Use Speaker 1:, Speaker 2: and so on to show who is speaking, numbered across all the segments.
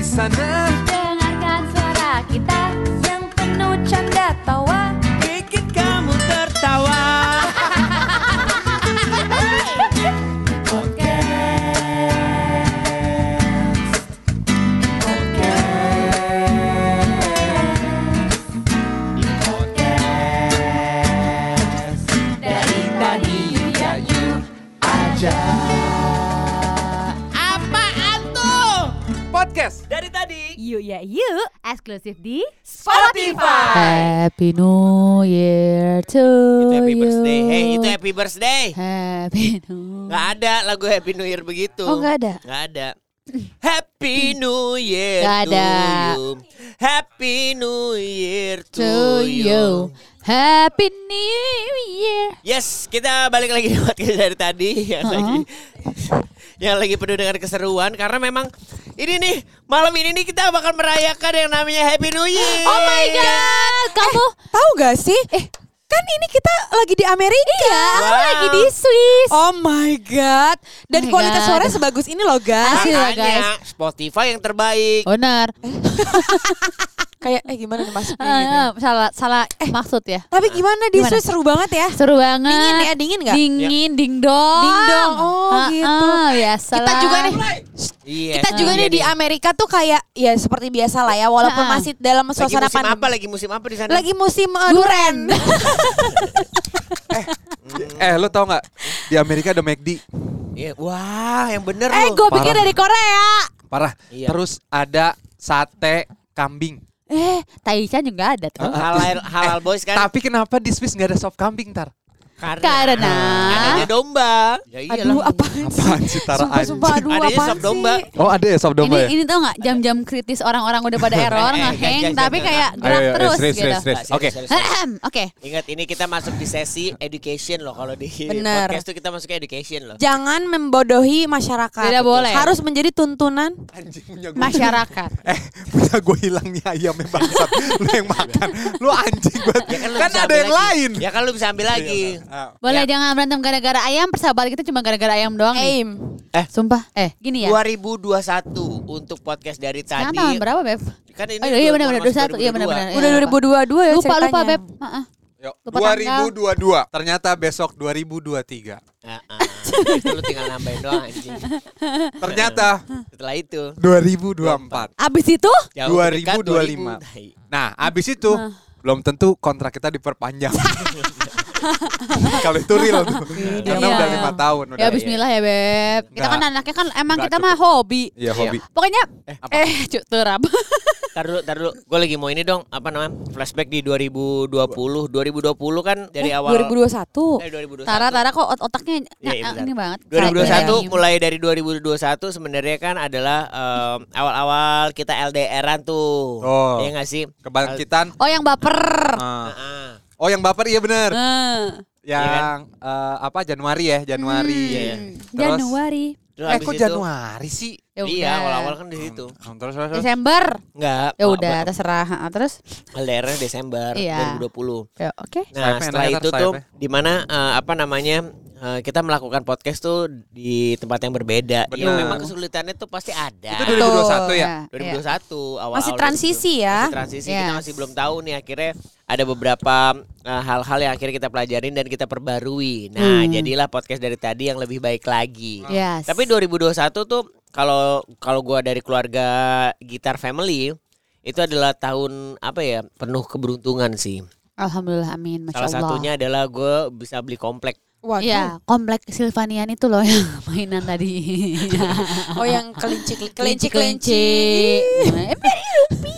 Speaker 1: sana
Speaker 2: Dengarkan suara kita yang penuh canda tawa
Speaker 1: Bikin kamu tertawa
Speaker 2: Dari tadi ya you
Speaker 3: Apaan tuh?
Speaker 1: Podcast
Speaker 3: Dari tadi.
Speaker 2: You ya you Eksklusif di
Speaker 1: Spotify
Speaker 4: Happy New Year to
Speaker 3: Itu happy
Speaker 4: you.
Speaker 3: birthday. Hey, itu happy birthday.
Speaker 4: Happy New.
Speaker 3: Gak ada lagu Happy New Year begitu.
Speaker 4: Oh, nggak ada?
Speaker 3: Gak ada. Happy New Year
Speaker 4: Nggak
Speaker 3: to
Speaker 4: ada.
Speaker 3: you. Happy New Year to,
Speaker 4: To you. Happy New Year.
Speaker 3: Yes, kita balik lagi di podcast dari tadi yang lagi yang lagi penuh dengan keseruan karena memang ini nih malam ini nih kita bakal merayakan yang namanya Happy New Year.
Speaker 4: Oh my god, kamu
Speaker 5: Tahu gak sih? kan ini kita lagi di Amerika.
Speaker 4: iya, aku
Speaker 3: Wow.
Speaker 4: lagi di Swiss.
Speaker 5: Oh my god. Dan
Speaker 4: Oh my
Speaker 5: kualitas
Speaker 4: God.
Speaker 5: suara sebagus ini loh, guys.
Speaker 4: Asli lah,
Speaker 3: Makanya
Speaker 4: guys.
Speaker 3: Spotify yang terbaik.
Speaker 2: Oh,
Speaker 4: Benar.
Speaker 5: Kayak eh gimana nih masuknya gitu.
Speaker 2: iya.
Speaker 4: Eh, salah salah maksud ya.
Speaker 5: Tapi gimana di
Speaker 4: Gimana?
Speaker 5: Swiss seru banget ya?
Speaker 4: Seru banget.
Speaker 5: Dingin ya, dingin nggak?
Speaker 4: Dingin, dingdong.
Speaker 5: Dingdong, oh
Speaker 4: Ah,
Speaker 5: gitu.
Speaker 4: ah, biasa
Speaker 5: Kita
Speaker 4: lah.
Speaker 5: juga nih
Speaker 3: Iya.
Speaker 5: kita juga
Speaker 3: iya
Speaker 5: nih di Amerika tuh kayak ya seperti biasa lah ya walaupun
Speaker 4: Ha-ha.
Speaker 5: masih dalam
Speaker 3: Lagi musim
Speaker 5: suasana
Speaker 3: apa
Speaker 5: pandemi.
Speaker 3: lagi musim apa di sana?
Speaker 5: Lagi musim eh,
Speaker 4: Duren.
Speaker 5: duren.
Speaker 1: Eh lo tau gak Di Amerika ada McD
Speaker 3: Iya. Wah, yang bener
Speaker 5: eh,
Speaker 3: loh.
Speaker 5: gue pikir
Speaker 1: Parah.
Speaker 5: dari Korea.
Speaker 1: Parah
Speaker 3: Iya.
Speaker 1: Terus ada sate kambing
Speaker 4: Eh, Taishan juga ada
Speaker 3: Oh,
Speaker 4: tuh.
Speaker 3: halal halal boys kan
Speaker 1: Tapi kenapa di Swiss gak ada sop kambing tar?
Speaker 4: Karena
Speaker 3: iya. adanya domba. Ya
Speaker 5: Aduh, apa
Speaker 1: Apaan sih tara
Speaker 5: Sumpah, sumpah,
Speaker 1: anjing?
Speaker 5: aduh
Speaker 3: Adanya
Speaker 5: apaan
Speaker 3: sop domba.
Speaker 5: sih?
Speaker 1: Oh ada ya sop domba ya?
Speaker 4: ini, ini tau gak jam-jam kritis orang-orang udah pada error
Speaker 3: Eh, eh,
Speaker 4: ngeheng
Speaker 3: jangan,
Speaker 4: tapi
Speaker 3: jangan,
Speaker 4: kayak
Speaker 3: jangan.
Speaker 4: gerak terus
Speaker 1: serius,
Speaker 4: gitu.
Speaker 1: serius, serius. Oke.
Speaker 4: Ahem, Oke.
Speaker 3: Ingat ini kita masuk di sesi education loh kalau di
Speaker 5: Bener.
Speaker 3: podcast tuh kita masuk ke education loh.
Speaker 5: Jangan membodohi masyarakat.
Speaker 4: Tidak boleh.
Speaker 5: Harus menjadi tuntunan.
Speaker 1: Anjing punya gue.
Speaker 4: Masyarakat.
Speaker 1: Eh, punya gue hilang nih ayamnya ya, bangsat. lu yang makan. Lu anjing banget.
Speaker 3: Ya lu
Speaker 1: kan
Speaker 3: bisa
Speaker 1: ada
Speaker 3: ambil
Speaker 1: yang
Speaker 3: lagi.
Speaker 1: lain.
Speaker 3: Ya kan lu bisa ambil lagi.
Speaker 1: Ah.
Speaker 4: Boleh
Speaker 3: Ya.
Speaker 4: jangan berantem gara-gara ayam, persahabatan kita cuma gara-gara ayam doang nih.
Speaker 5: Aim.
Speaker 4: Sumpah. Eh,
Speaker 1: iya.
Speaker 4: gini ya.
Speaker 3: 2021 untuk podcast dari
Speaker 4: Sekarang
Speaker 3: tadi.
Speaker 4: tahun berapa, Beb?
Speaker 3: Kan ini
Speaker 4: Oh iya
Speaker 3: baru
Speaker 4: benar-benar
Speaker 3: masuk
Speaker 4: 21. Iya
Speaker 3: 2022.
Speaker 4: benar-benar.
Speaker 5: Udah 2022 ya
Speaker 4: Lupa
Speaker 5: ceritanya.
Speaker 4: lupa, Beb. Heeh. Ya,
Speaker 1: Yuk,
Speaker 4: Lupa tanggal.
Speaker 1: 2022. Ternyata besok 2023.
Speaker 3: Ah, ah. Itu lu tinggal nambahin doang anjing.
Speaker 1: Ternyata
Speaker 3: Setelah itu Ya,
Speaker 1: 2024.
Speaker 4: Abis itu
Speaker 3: jauh mendekat 2000.
Speaker 1: 2025.
Speaker 3: Tai.
Speaker 1: Nah, abis itu belum tentu kontrak kita diperpanjang. Kalau itu real tuh. Karena
Speaker 4: Iya.
Speaker 1: udah lima tahun udah.
Speaker 4: ya bismillah ya, Beb. Kita kan
Speaker 1: Nggak.
Speaker 4: anaknya kan emang
Speaker 1: Nggak
Speaker 4: kita mah hobi.
Speaker 1: Iya, hobi.
Speaker 4: Pokoknya
Speaker 1: apa?
Speaker 4: eh cuk terap.
Speaker 3: Tar dulu, tar dulu. Gue lagi mau ini dong, apa namanya? Flashback di 2020. 2020 kan
Speaker 4: Eh,
Speaker 3: dari awal
Speaker 5: 2021.
Speaker 3: Eh, 2021.
Speaker 4: Tara Tara kok ot- otaknya
Speaker 3: Iya, iya,
Speaker 4: nah,
Speaker 3: bentar.
Speaker 4: ini banget.
Speaker 3: 2021
Speaker 4: Sabar.
Speaker 3: mulai dari 2021 sebenarnya kan adalah em, awal-awal kita LDRan tuh.
Speaker 1: Oh.
Speaker 3: Iya nggak sih?
Speaker 1: Kebangkitan.
Speaker 4: Oh yang baper.
Speaker 1: eh,
Speaker 3: Ah.
Speaker 1: oh, yang baper iya bener.
Speaker 4: Eh,
Speaker 1: yang eh, apa Januari ya Januari
Speaker 3: kan? Iya.
Speaker 1: Terus-
Speaker 4: Hmm. Januari.
Speaker 3: Terus
Speaker 1: eh
Speaker 3: habis
Speaker 1: kok
Speaker 3: itu-
Speaker 1: Januari sih
Speaker 3: Iya,
Speaker 4: Ya udah.
Speaker 3: awal-awal kan di situ.
Speaker 1: Hmm, terus terus, terus.
Speaker 4: Desember.
Speaker 3: Enggak.
Speaker 4: Ya udah terserah. Ha, Terus
Speaker 3: LDR Desember
Speaker 4: Iya.
Speaker 3: 2020.
Speaker 4: ya oke.
Speaker 3: Nah,
Speaker 1: Sayapnya
Speaker 3: setelah
Speaker 1: enak ya,
Speaker 3: itu
Speaker 1: Tar,
Speaker 3: tuh
Speaker 1: sayapnya.
Speaker 3: di mana eh, apa namanya? eh, kita melakukan podcast tuh di tempat yang berbeda. Iya,
Speaker 1: Benar.
Speaker 3: memang kesulitannya tuh pasti ada.
Speaker 1: itu 2021 ya
Speaker 4: Nah, iya.
Speaker 3: 2021 awal
Speaker 5: Masih transisi ya.
Speaker 3: Masih transisi kita
Speaker 4: Yes.
Speaker 3: masih belum tahu nih akhirnya ada beberapa eh, hal-hal yang akhirnya kita pelajarin dan kita perbarui. Nah, jadilah podcast dari tadi yang lebih baik lagi.
Speaker 4: Hmm. Yes.
Speaker 3: Tapi 2021 tuh kalau kalau gua dari keluarga Gitar Family itu adalah tahun apa ya? Penuh keberuntungan sih.
Speaker 4: Alhamdulillah amin. Masya
Speaker 3: Salah
Speaker 4: Allah.
Speaker 3: satunya adalah gue bisa beli komplek.
Speaker 5: Waduh.
Speaker 4: Iya, komplek Silvanian itu loh yang mainan tadi.
Speaker 5: Oh yang kelinci kelinci
Speaker 4: Kelinci-kelinci.
Speaker 3: Iya.
Speaker 4: Eh, Mary Lupi.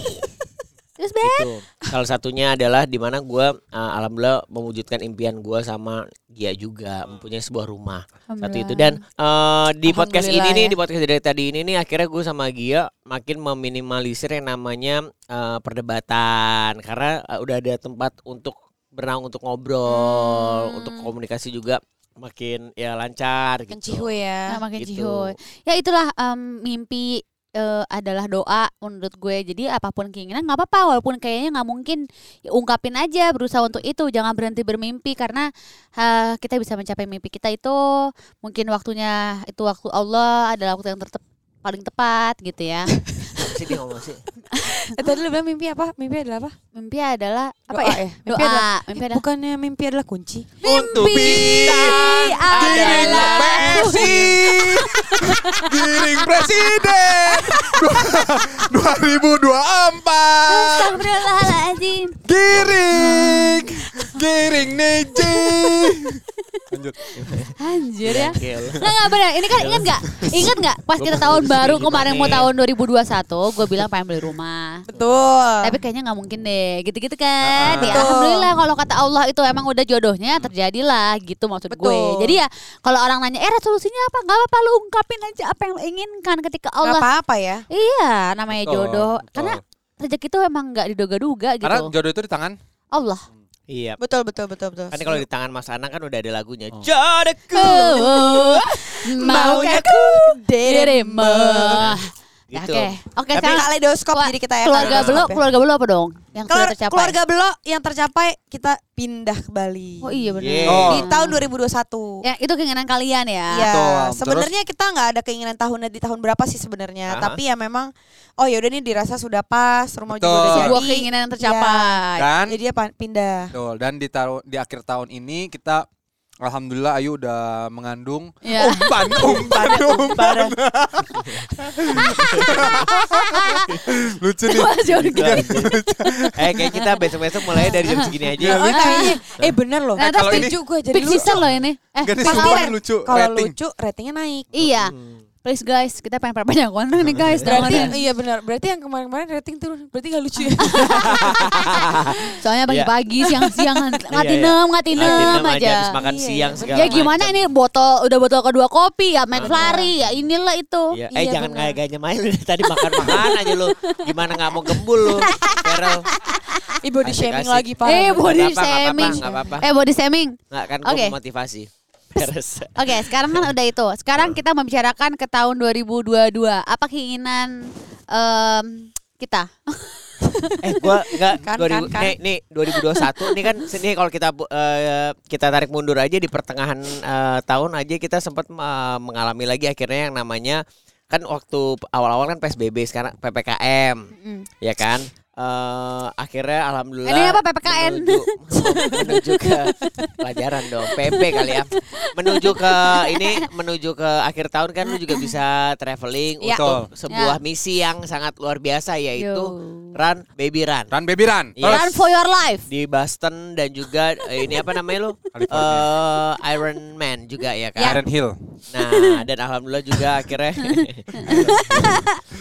Speaker 4: Terus Beb.
Speaker 3: Gitu. Salah satunya adalah di mana gue alhamdulillah mewujudkan impian gue sama dia juga mempunyai sebuah rumah. Satu itu dan eh, di podcast ini
Speaker 4: Alhamdulillah
Speaker 3: nih
Speaker 4: ya.
Speaker 3: di podcast dari tadi ini nih akhirnya gue sama Gia makin meminimalisir yang namanya eh, perdebatan karena eh, udah ada tempat untuk berenang untuk ngobrol,
Speaker 4: Hmm.
Speaker 3: untuk komunikasi juga makin ya lancar gitu.
Speaker 5: Kencihwe ya.
Speaker 4: Nah, makin
Speaker 3: gitu.
Speaker 4: cihoy. Ya itulah em, mimpi eh, adalah doa menurut gue. Jadi apapun keinginan nggak apa-apa walaupun kayaknya nggak mungkin ya, ungkapin aja berusaha untuk itu. Jangan berhenti bermimpi karena ha, kita bisa mencapai mimpi kita itu mungkin waktunya itu waktu Allah adalah waktu yang terte- paling tepat gitu ya.
Speaker 3: sih dia ngomong sih?
Speaker 5: Eh, Tadi lu bilang mimpi apa? Mimpi adalah apa?
Speaker 4: Mimpi adalah
Speaker 5: Apa
Speaker 4: doa.
Speaker 5: ya? Mimpi
Speaker 4: Doa,
Speaker 5: adalah
Speaker 4: mimpi
Speaker 5: eh,
Speaker 4: adalah
Speaker 5: Bukannya mimpi adalah kunci?
Speaker 1: Untuk bintang Giring
Speaker 4: adalah-
Speaker 1: PSI Giring Presiden 2024
Speaker 4: Astagfirullahaladzim.
Speaker 1: Giring Giring Neji Lanjut
Speaker 4: Anjir ya.
Speaker 3: Gokil.
Speaker 5: Iya.
Speaker 4: Nggak, nggak bener. Ini kan inget nggak? Inget nggak? Pas
Speaker 3: Gua
Speaker 4: kita
Speaker 3: mau
Speaker 4: tahun
Speaker 3: beli
Speaker 4: baru
Speaker 5: gitu,
Speaker 3: segini
Speaker 4: kemarin mau
Speaker 3: nih.
Speaker 4: tahun 2021, gue bilang pengen beli rumah.
Speaker 5: Betul.
Speaker 4: Tapi kayaknya nggak mungkin deh, gitu-gitu kan. Ya,
Speaker 5: Betul.
Speaker 4: Alhamdulillah kalau kata Allah itu emang udah jodohnya terjadilah gitu maksud gue.
Speaker 5: Betul.
Speaker 4: Jadi ya kalau orang nanya, eh resolusinya apa? Gak apa-apa lu ungkapin aja apa yang lu inginkan ketika
Speaker 5: Nggak
Speaker 4: Allah.
Speaker 5: apa-apa ya.
Speaker 4: Iya namanya
Speaker 3: Betul,
Speaker 4: jodoh.
Speaker 3: betul.
Speaker 4: Karena rezeki itu emang nggak diduga-duga gitu.
Speaker 1: Karena jodoh itu di tangan
Speaker 4: Allah.
Speaker 3: Iya.
Speaker 5: Betul, betul, betul, betul.
Speaker 3: Kan kalau di tangan Mas Anang kan udah ada lagunya.
Speaker 1: Oh.
Speaker 3: Jodohku.
Speaker 5: Eh,
Speaker 4: Maunya ku dirimu. Ya,
Speaker 3: Gitu.
Speaker 4: Oke, oke
Speaker 5: Tapi
Speaker 4: sekarang
Speaker 5: kaleidoskop
Speaker 4: Kela-
Speaker 5: diri kita ya.
Speaker 4: keluarga
Speaker 5: kaleidoskop
Speaker 4: belo,
Speaker 5: ya.
Speaker 4: keluarga belo apa dong? Yang sudah
Speaker 5: Keluar-
Speaker 4: tercapai.
Speaker 5: keluarga belo yang tercapai kita pindah ke Bali.
Speaker 4: Oh iya benar.
Speaker 3: Yeah.
Speaker 1: Oh.
Speaker 5: Di tahun 2021.
Speaker 4: Ya itu keinginan kalian ya.
Speaker 5: Iya,
Speaker 1: Betul.
Speaker 5: sebenarnya kita nggak ada keinginan tahunnya di tahun berapa sih sebenarnya,
Speaker 3: Aha.
Speaker 5: tapi ya memang oh ya udah nih dirasa sudah pas, rumah juga
Speaker 1: Betul.
Speaker 5: udah jadi.
Speaker 4: Sebuah keinginan yang tercapai.
Speaker 3: Kan?
Speaker 5: Iya,
Speaker 1: Dan
Speaker 5: Jadi dia pan- pindah.
Speaker 1: Betul. Dan di taru- di akhir tahun ini kita Alhamdulillah Ayu udah mengandung
Speaker 4: Iya.
Speaker 1: umpan, umpan, umpan. Lucu nih.
Speaker 3: Gitu. eh kayak kita besok-besok mulai dari jam segini aja.
Speaker 5: Oh, kayaknya eh bener loh.
Speaker 4: Nah,
Speaker 1: kalau
Speaker 5: Setuju gue jadi
Speaker 4: Big
Speaker 5: lucu.
Speaker 4: season loh ini. Eh,
Speaker 1: Gadis
Speaker 4: Pak
Speaker 1: sumpah
Speaker 4: Awer.
Speaker 1: ini lucu.
Speaker 5: Kalau
Speaker 1: rating.
Speaker 5: lucu ratingnya naik.
Speaker 4: Iya,
Speaker 3: Hmm.
Speaker 4: please guys, kita pengen perbanyak konten nih guys. Berarti,
Speaker 5: iya benar. Berarti yang kemarin-kemarin rating turun. Berarti gak lucu ya.
Speaker 4: soalnya pagi-pagi, siang-siang, ngatinem,
Speaker 3: Iya,
Speaker 4: ngatinem aja.
Speaker 3: Habis makan
Speaker 5: Iya,
Speaker 3: siang
Speaker 5: iya.
Speaker 3: segala
Speaker 4: Ya gimana
Speaker 3: macam.
Speaker 4: ini botol udah botol kedua kopi ya McFlurry ya inilah itu.
Speaker 3: Iya, eh
Speaker 5: Iya,
Speaker 3: jangan
Speaker 5: benar.
Speaker 3: kayak gayanya main lu tadi makan-makan aja lu. Gimana nggak mau gembul lu? Feral.
Speaker 5: Ih body
Speaker 3: Asik,
Speaker 5: shaming
Speaker 3: asik.
Speaker 5: lagi parah.
Speaker 4: Eh
Speaker 5: Iya,
Speaker 4: body
Speaker 3: Nggak apa-apa, nggak
Speaker 4: shaming.
Speaker 3: apa-apa, nggak apa-apa.
Speaker 4: Eh body shaming.
Speaker 3: Enggak kan gua
Speaker 4: Oke.
Speaker 3: mau motivasi. Terus.
Speaker 4: Oke, sekarang kan udah itu. Sekarang kita membicarakan ke tahun 2022. Apa keinginan em, kita?
Speaker 3: Eh gua enggak
Speaker 5: Kan,
Speaker 3: 2000
Speaker 5: kan, kan.
Speaker 3: nih nih 2021 nih kan sini kalau kita bu- eh, kita tarik mundur aja di pertengahan eh, tahun aja kita sempat eh, mengalami lagi akhirnya yang namanya kan waktu awal-awal kan PSBB sekarang PPKM ya kan Eh, akhirnya alhamdulillah
Speaker 4: Ini apa, PPKN?
Speaker 3: menuju, menuju ke pelajaran dong PP kali ya menuju ke ini menuju ke akhir tahun kan lu juga bisa traveling
Speaker 1: Iya.
Speaker 3: untuk
Speaker 1: Betul.
Speaker 3: sebuah misi yang sangat luar biasa yaitu
Speaker 4: Yo.
Speaker 3: Run Baby Run
Speaker 1: Ran baby Ran.
Speaker 3: Iya.
Speaker 1: Terus.
Speaker 4: Run for your life.
Speaker 3: di Boston dan juga eh, ini apa namanya lu? Eh, Iron Man juga ya kan.
Speaker 1: Iron Hill.
Speaker 3: Nah, dan alhamdulillah juga akhirnya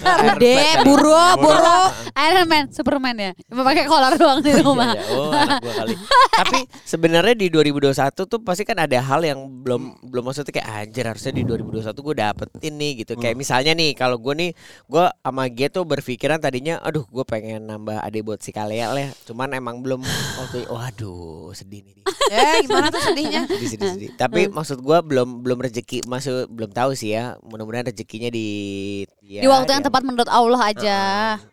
Speaker 4: Gede, buru, buru.
Speaker 1: Buru.
Speaker 4: Iron Man, Superman ya. Cuma pakai kolar doang di rumah.
Speaker 3: Iya, iya. Oh, anak gua kali. Tapi sebenarnya di 2021 tuh pasti kan ada hal yang belum belum maksudnya kayak anjir harusnya di 2021 gue dapetin nih gitu. Kayak misalnya nih kalau gue nih gue sama Gia tuh berpikiran tadinya aduh gue pengen nambah adik buat si Kalea lah. Cuman emang belum waktu waduh sedih nih.
Speaker 5: Eh, gimana tuh sedihnya?
Speaker 3: sedih sedih sedih. Tapi
Speaker 4: Hmm.
Speaker 3: maksud gua belum belum rezeki masuk belum tahu sih ya. Mudah-mudahan rezekinya di ya,
Speaker 4: Di waktu yang tepat menurut Allah aja.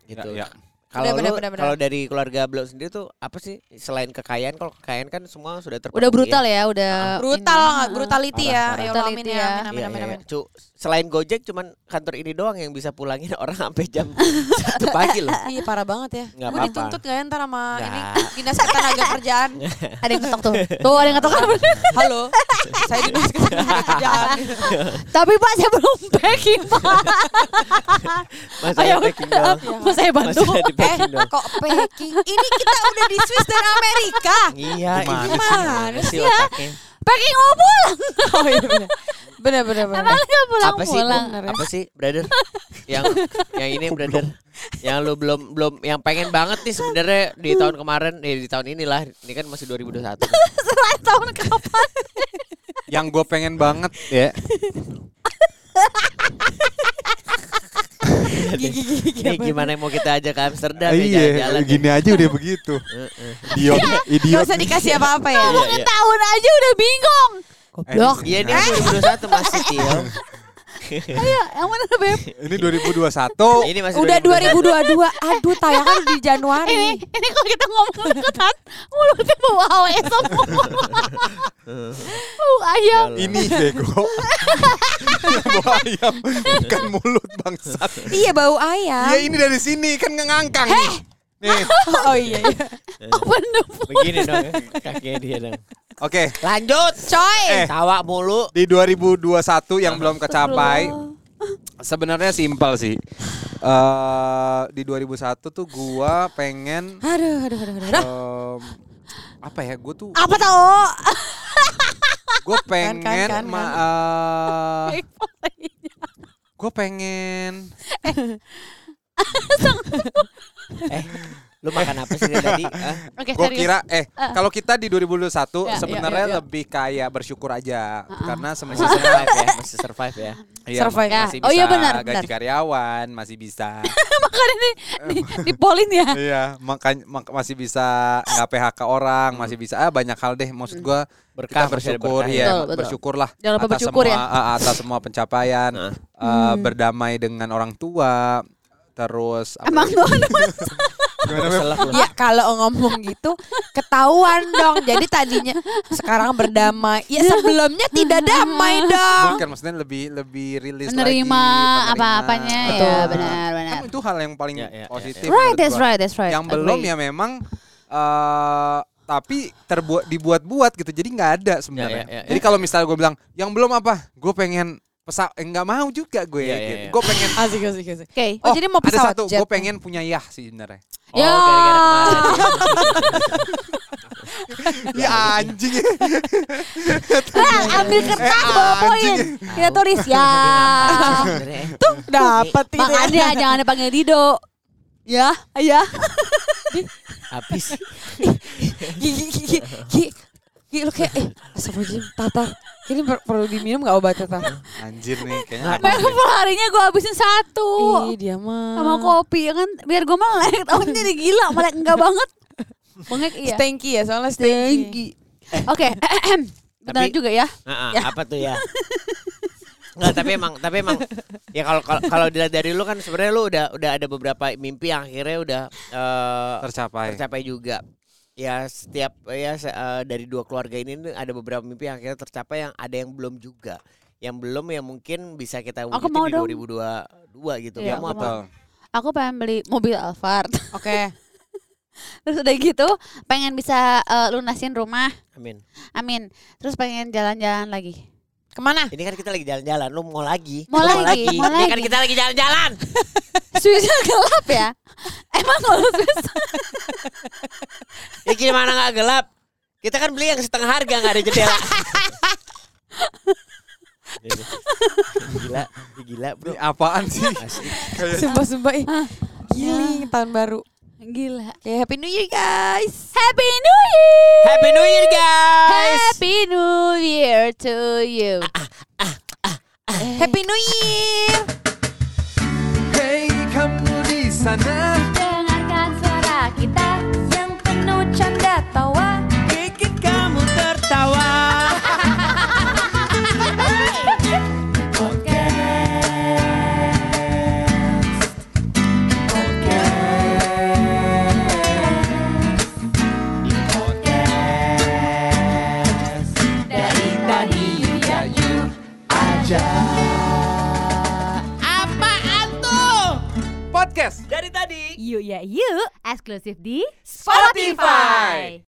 Speaker 3: gitu.
Speaker 1: Ya, ya.
Speaker 3: Kalau
Speaker 5: Benar,
Speaker 3: lu-
Speaker 5: benar, benar,
Speaker 3: kalau dari keluarga Blo sendiri tuh apa sih selain kekayaan kalau kekayaan kan semua sudah terpenuhi.
Speaker 4: Udah brutal
Speaker 3: ya.
Speaker 4: ya, udah
Speaker 5: Brutal,
Speaker 4: ini.
Speaker 5: brutality
Speaker 3: Parah,
Speaker 5: ya.
Speaker 3: parah.
Speaker 5: Ya Allah, amin
Speaker 4: Brutality
Speaker 5: ya.
Speaker 4: ya.
Speaker 5: Amin, amin,
Speaker 3: Iya,
Speaker 5: amin,
Speaker 3: iya,
Speaker 5: amin.
Speaker 3: iya. Cu, selain Gojek cuman kantor ini doang yang bisa pulangin orang sampai jam satu pagi loh.
Speaker 5: Iya parah banget ya.
Speaker 3: Nggak apa-apa.
Speaker 5: Gue
Speaker 3: Nah.
Speaker 5: dituntut gak ya ntar sama ini
Speaker 3: Nggak.
Speaker 5: dinas ketenaga kerjaan.
Speaker 4: Ada yang ketok tuh. Tuh ada yang ketok kan.
Speaker 5: Halo, saya dinas ketenaga kerjaan.
Speaker 4: Tapi Pak saya belum packing Pak.
Speaker 3: Masa
Speaker 4: Ayo,
Speaker 3: di packing doang.
Speaker 4: mau saya bantu.
Speaker 3: Masa di
Speaker 5: eh
Speaker 3: packing doang.
Speaker 5: kok packing? Ini kita udah di Swiss dan Amerika.
Speaker 3: Iya, ini
Speaker 1: Gimana sih?
Speaker 3: gimana sih otaknya?
Speaker 4: Packing mau pulang.
Speaker 5: Oh iya bener. Bener bener bener.
Speaker 4: Emang nggak pulang
Speaker 3: apa sih
Speaker 4: pulang.
Speaker 3: Bu? apa sih brother yang yang ini brother yang lu belum belum yang pengen banget nih sebenarnya di tahun kemarin eh, di tahun inilah ini kan masih 2021
Speaker 4: Selain tahun kapan?
Speaker 1: Yang gue pengen banget ya.
Speaker 3: ini
Speaker 5: Iya,
Speaker 3: gimana yang mau kita ajak ke Amsterdam ya
Speaker 1: Iya,
Speaker 3: jalan-jalan
Speaker 1: gini aja udah begitu. Idiot,
Speaker 5: Gak
Speaker 1: idiot. Eh,
Speaker 5: usah dikasih apa-apa ya.
Speaker 3: Iya, iya.
Speaker 4: Tahun aja udah bingung.
Speaker 1: Goblok.
Speaker 3: Iya ini kan 2021 masih Cil.
Speaker 4: Ayo, yang mana Beb?
Speaker 1: Ini 2021.
Speaker 3: Ini masih
Speaker 5: Udah
Speaker 3: 2022.
Speaker 5: 2022. Aduh, tayangan di Januari.
Speaker 4: Ini, ini kalau kita ngomong deketan, mulutnya bau awe semua. Uh, Bau
Speaker 3: Iya,
Speaker 4: ayam.
Speaker 1: Ini bego. Yang bawa ayam bukan mulut bangsat.
Speaker 5: Iya, bau
Speaker 1: Ya
Speaker 5: ayam.
Speaker 1: ini dari sini kan ngangkang. nih. Nih.
Speaker 5: Oh iya. iya.
Speaker 4: Open the food.
Speaker 3: Begini dong ya, kakinya dia dong.
Speaker 1: Oke,
Speaker 3: Lanjut, coy.
Speaker 1: Eh.
Speaker 3: Tawa mulu.
Speaker 1: di 2021 yang belum kecapai sebenarnya simpel sih. Eh di 2001 tuh gua pengen
Speaker 5: Aduh, aduh, aduh, aduh.
Speaker 1: em, apa ya? Gue tuh
Speaker 5: Apa tau?
Speaker 1: gue
Speaker 5: Ah! Kan, kan,
Speaker 1: pengen
Speaker 5: kan, kan.
Speaker 1: gue pengen
Speaker 3: Eh, lu makan apa sih dari tadi? Ah, Hah?
Speaker 1: Gue
Speaker 4: Oke, Ya, serius.
Speaker 1: kira eh kalau kita di 2021
Speaker 4: Ya,
Speaker 1: sebenarnya
Speaker 4: ya, ya, ya.
Speaker 1: lebih kayak bersyukur aja karena
Speaker 3: Masih
Speaker 1: semua
Speaker 3: survive ya, masih survive ya.
Speaker 1: Iya,
Speaker 5: Survive.
Speaker 1: masih
Speaker 4: Ya. Oh, iya,
Speaker 1: bisa
Speaker 4: benar,
Speaker 1: gaji
Speaker 4: benar.
Speaker 1: karyawan, masih bisa.
Speaker 4: Makanya nih, di, di polin ya.
Speaker 1: iya, makanya mak- masih bisa nggak PHK orang, masih bisa ah, banyak hal deh maksud gua
Speaker 3: Berkah,
Speaker 1: kita
Speaker 3: bersyukur
Speaker 1: bersyukur ya,
Speaker 4: Hmm. Betul, betul.
Speaker 1: bersyukurlah
Speaker 4: Jangan lupa
Speaker 1: atas
Speaker 4: bersyukur
Speaker 1: semua
Speaker 4: ya. Hmm.
Speaker 1: ah, atas semua pencapaian,
Speaker 3: Nah.
Speaker 1: eh, berdamai dengan orang tua, terus apa
Speaker 4: Emang
Speaker 1: lagi?
Speaker 4: tuh
Speaker 1: Gimana,
Speaker 4: ada
Speaker 1: Beb?
Speaker 5: Ya kalau ngomong gitu ketahuan dong. Jadi tadinya sekarang berdamai. Ya sebelumnya tidak damai dong.
Speaker 1: Bukan maksudnya lebih lebih rilis lagi
Speaker 4: menerima
Speaker 1: menerima.
Speaker 4: apa-apanya ya,
Speaker 5: Betul.
Speaker 4: benar benar.
Speaker 1: Kan itu hal yang paling
Speaker 3: Ya, ya, ya,
Speaker 1: positif.
Speaker 3: ya.
Speaker 4: Right,
Speaker 1: menurut
Speaker 4: that's
Speaker 1: gua.
Speaker 4: right, that's right.
Speaker 1: Yang belum
Speaker 4: Agree.
Speaker 1: ya memang eh tapi terbuat dibuat-buat gitu. Jadi nggak ada sebenarnya.
Speaker 3: Ya, ya, ya, ya.
Speaker 1: Jadi kalau misalnya gue bilang yang belum apa? Gue pengen pesa eh, nggak mau juga gue
Speaker 3: Ya, ya,
Speaker 1: gitu.
Speaker 3: ya.
Speaker 1: Gue pengen
Speaker 5: Asik, asik, asik.
Speaker 4: Oke.
Speaker 5: Oh, jadi mau pesawat
Speaker 1: ada satu,
Speaker 5: jet.
Speaker 1: gue pengen punya yah sih sebenarnya.
Speaker 3: Oh, gara-gara kemarin.
Speaker 1: ya anjing.
Speaker 4: Nah, ambil kertas
Speaker 1: Eh,
Speaker 4: bawa poin.
Speaker 1: anjing.
Speaker 4: Kita tulis ya.
Speaker 3: Sebenarnya.
Speaker 5: Tuh dapat itu.
Speaker 4: Makanya jangan dipanggil Dido. Ya, ya.
Speaker 3: Habis.
Speaker 5: Gigi, gigi, gigi. Gigi lu kayak eh astagfirullahaladzim Tata. Ini per- perlu diminum gak obatnya Tata?
Speaker 1: Anjir nih
Speaker 3: Nggak
Speaker 1: kayaknya. apa
Speaker 4: Makanya per harinya gue habisin satu.
Speaker 5: Ih dia mah.
Speaker 4: Oh, Sama kopi ya kan biar gue melek. Tahun jadi gila, melek enggak banget. Bengek iya.
Speaker 5: Stanky ya soalnya stanky.
Speaker 4: Oke. Bentar
Speaker 3: Tapi-
Speaker 4: juga ya.
Speaker 3: Heeh,
Speaker 4: Ya.
Speaker 3: apa tuh ya? Enggak, tapi emang tapi emang ya kalau kalau- kalau dilihat dari lu kan sebenarnya lu udah udah ada beberapa mimpi yang akhirnya udah eh,
Speaker 1: tercapai.
Speaker 3: tercapai juga. Ya setiap ya se- eh, dari dua keluarga ini nih ada beberapa mimpi yang akhirnya tercapai yang ada yang belum juga. Yang belum ya mungkin bisa kita
Speaker 4: Aku
Speaker 3: wujudin
Speaker 4: mau
Speaker 3: di
Speaker 4: dong.
Speaker 3: 2022 gitu.
Speaker 4: Iya,
Speaker 3: Kamu
Speaker 4: aku
Speaker 3: apa?
Speaker 1: Betul.
Speaker 4: Aku pengen beli mobil Alphard.
Speaker 5: Oke.
Speaker 4: Terus udah gitu pengen bisa eh, lunasin rumah.
Speaker 3: Amin.
Speaker 4: Amin. Terus pengen jalan-jalan lagi.
Speaker 5: Kemana?
Speaker 3: Ini kan kita lagi jalan-jalan, lu mau lagi?
Speaker 4: Mau
Speaker 3: Lu
Speaker 4: lagi, mau
Speaker 3: Ini kan
Speaker 4: lagi.
Speaker 3: kita lagi jalan-jalan.
Speaker 4: Swiss gelap ya? Emang kalau Swiss
Speaker 3: Ya gimana nggak gelap? Kita kan beli yang setengah harga nggak ada jendela. gila, gila bro.
Speaker 1: Ini apaan sih? Kayak
Speaker 5: Sumpah-sumpah ih. Giling tahun baru.
Speaker 4: gila.
Speaker 5: Oke, happy new year guys.
Speaker 4: Happy New Year.
Speaker 3: Happy New Year guys.
Speaker 4: Happy New Year to you.
Speaker 5: Happy new year.
Speaker 1: Hey kamu di sana
Speaker 2: Dengarkan suara kita yang penuh canda tawa
Speaker 3: Bikin kamu tertawa.
Speaker 2: Dari tadi ya you
Speaker 3: Apaan tuh?
Speaker 1: podcast.
Speaker 3: Dari tadi.
Speaker 2: Yuk ya yuk Eksklusif di
Speaker 3: Spotify.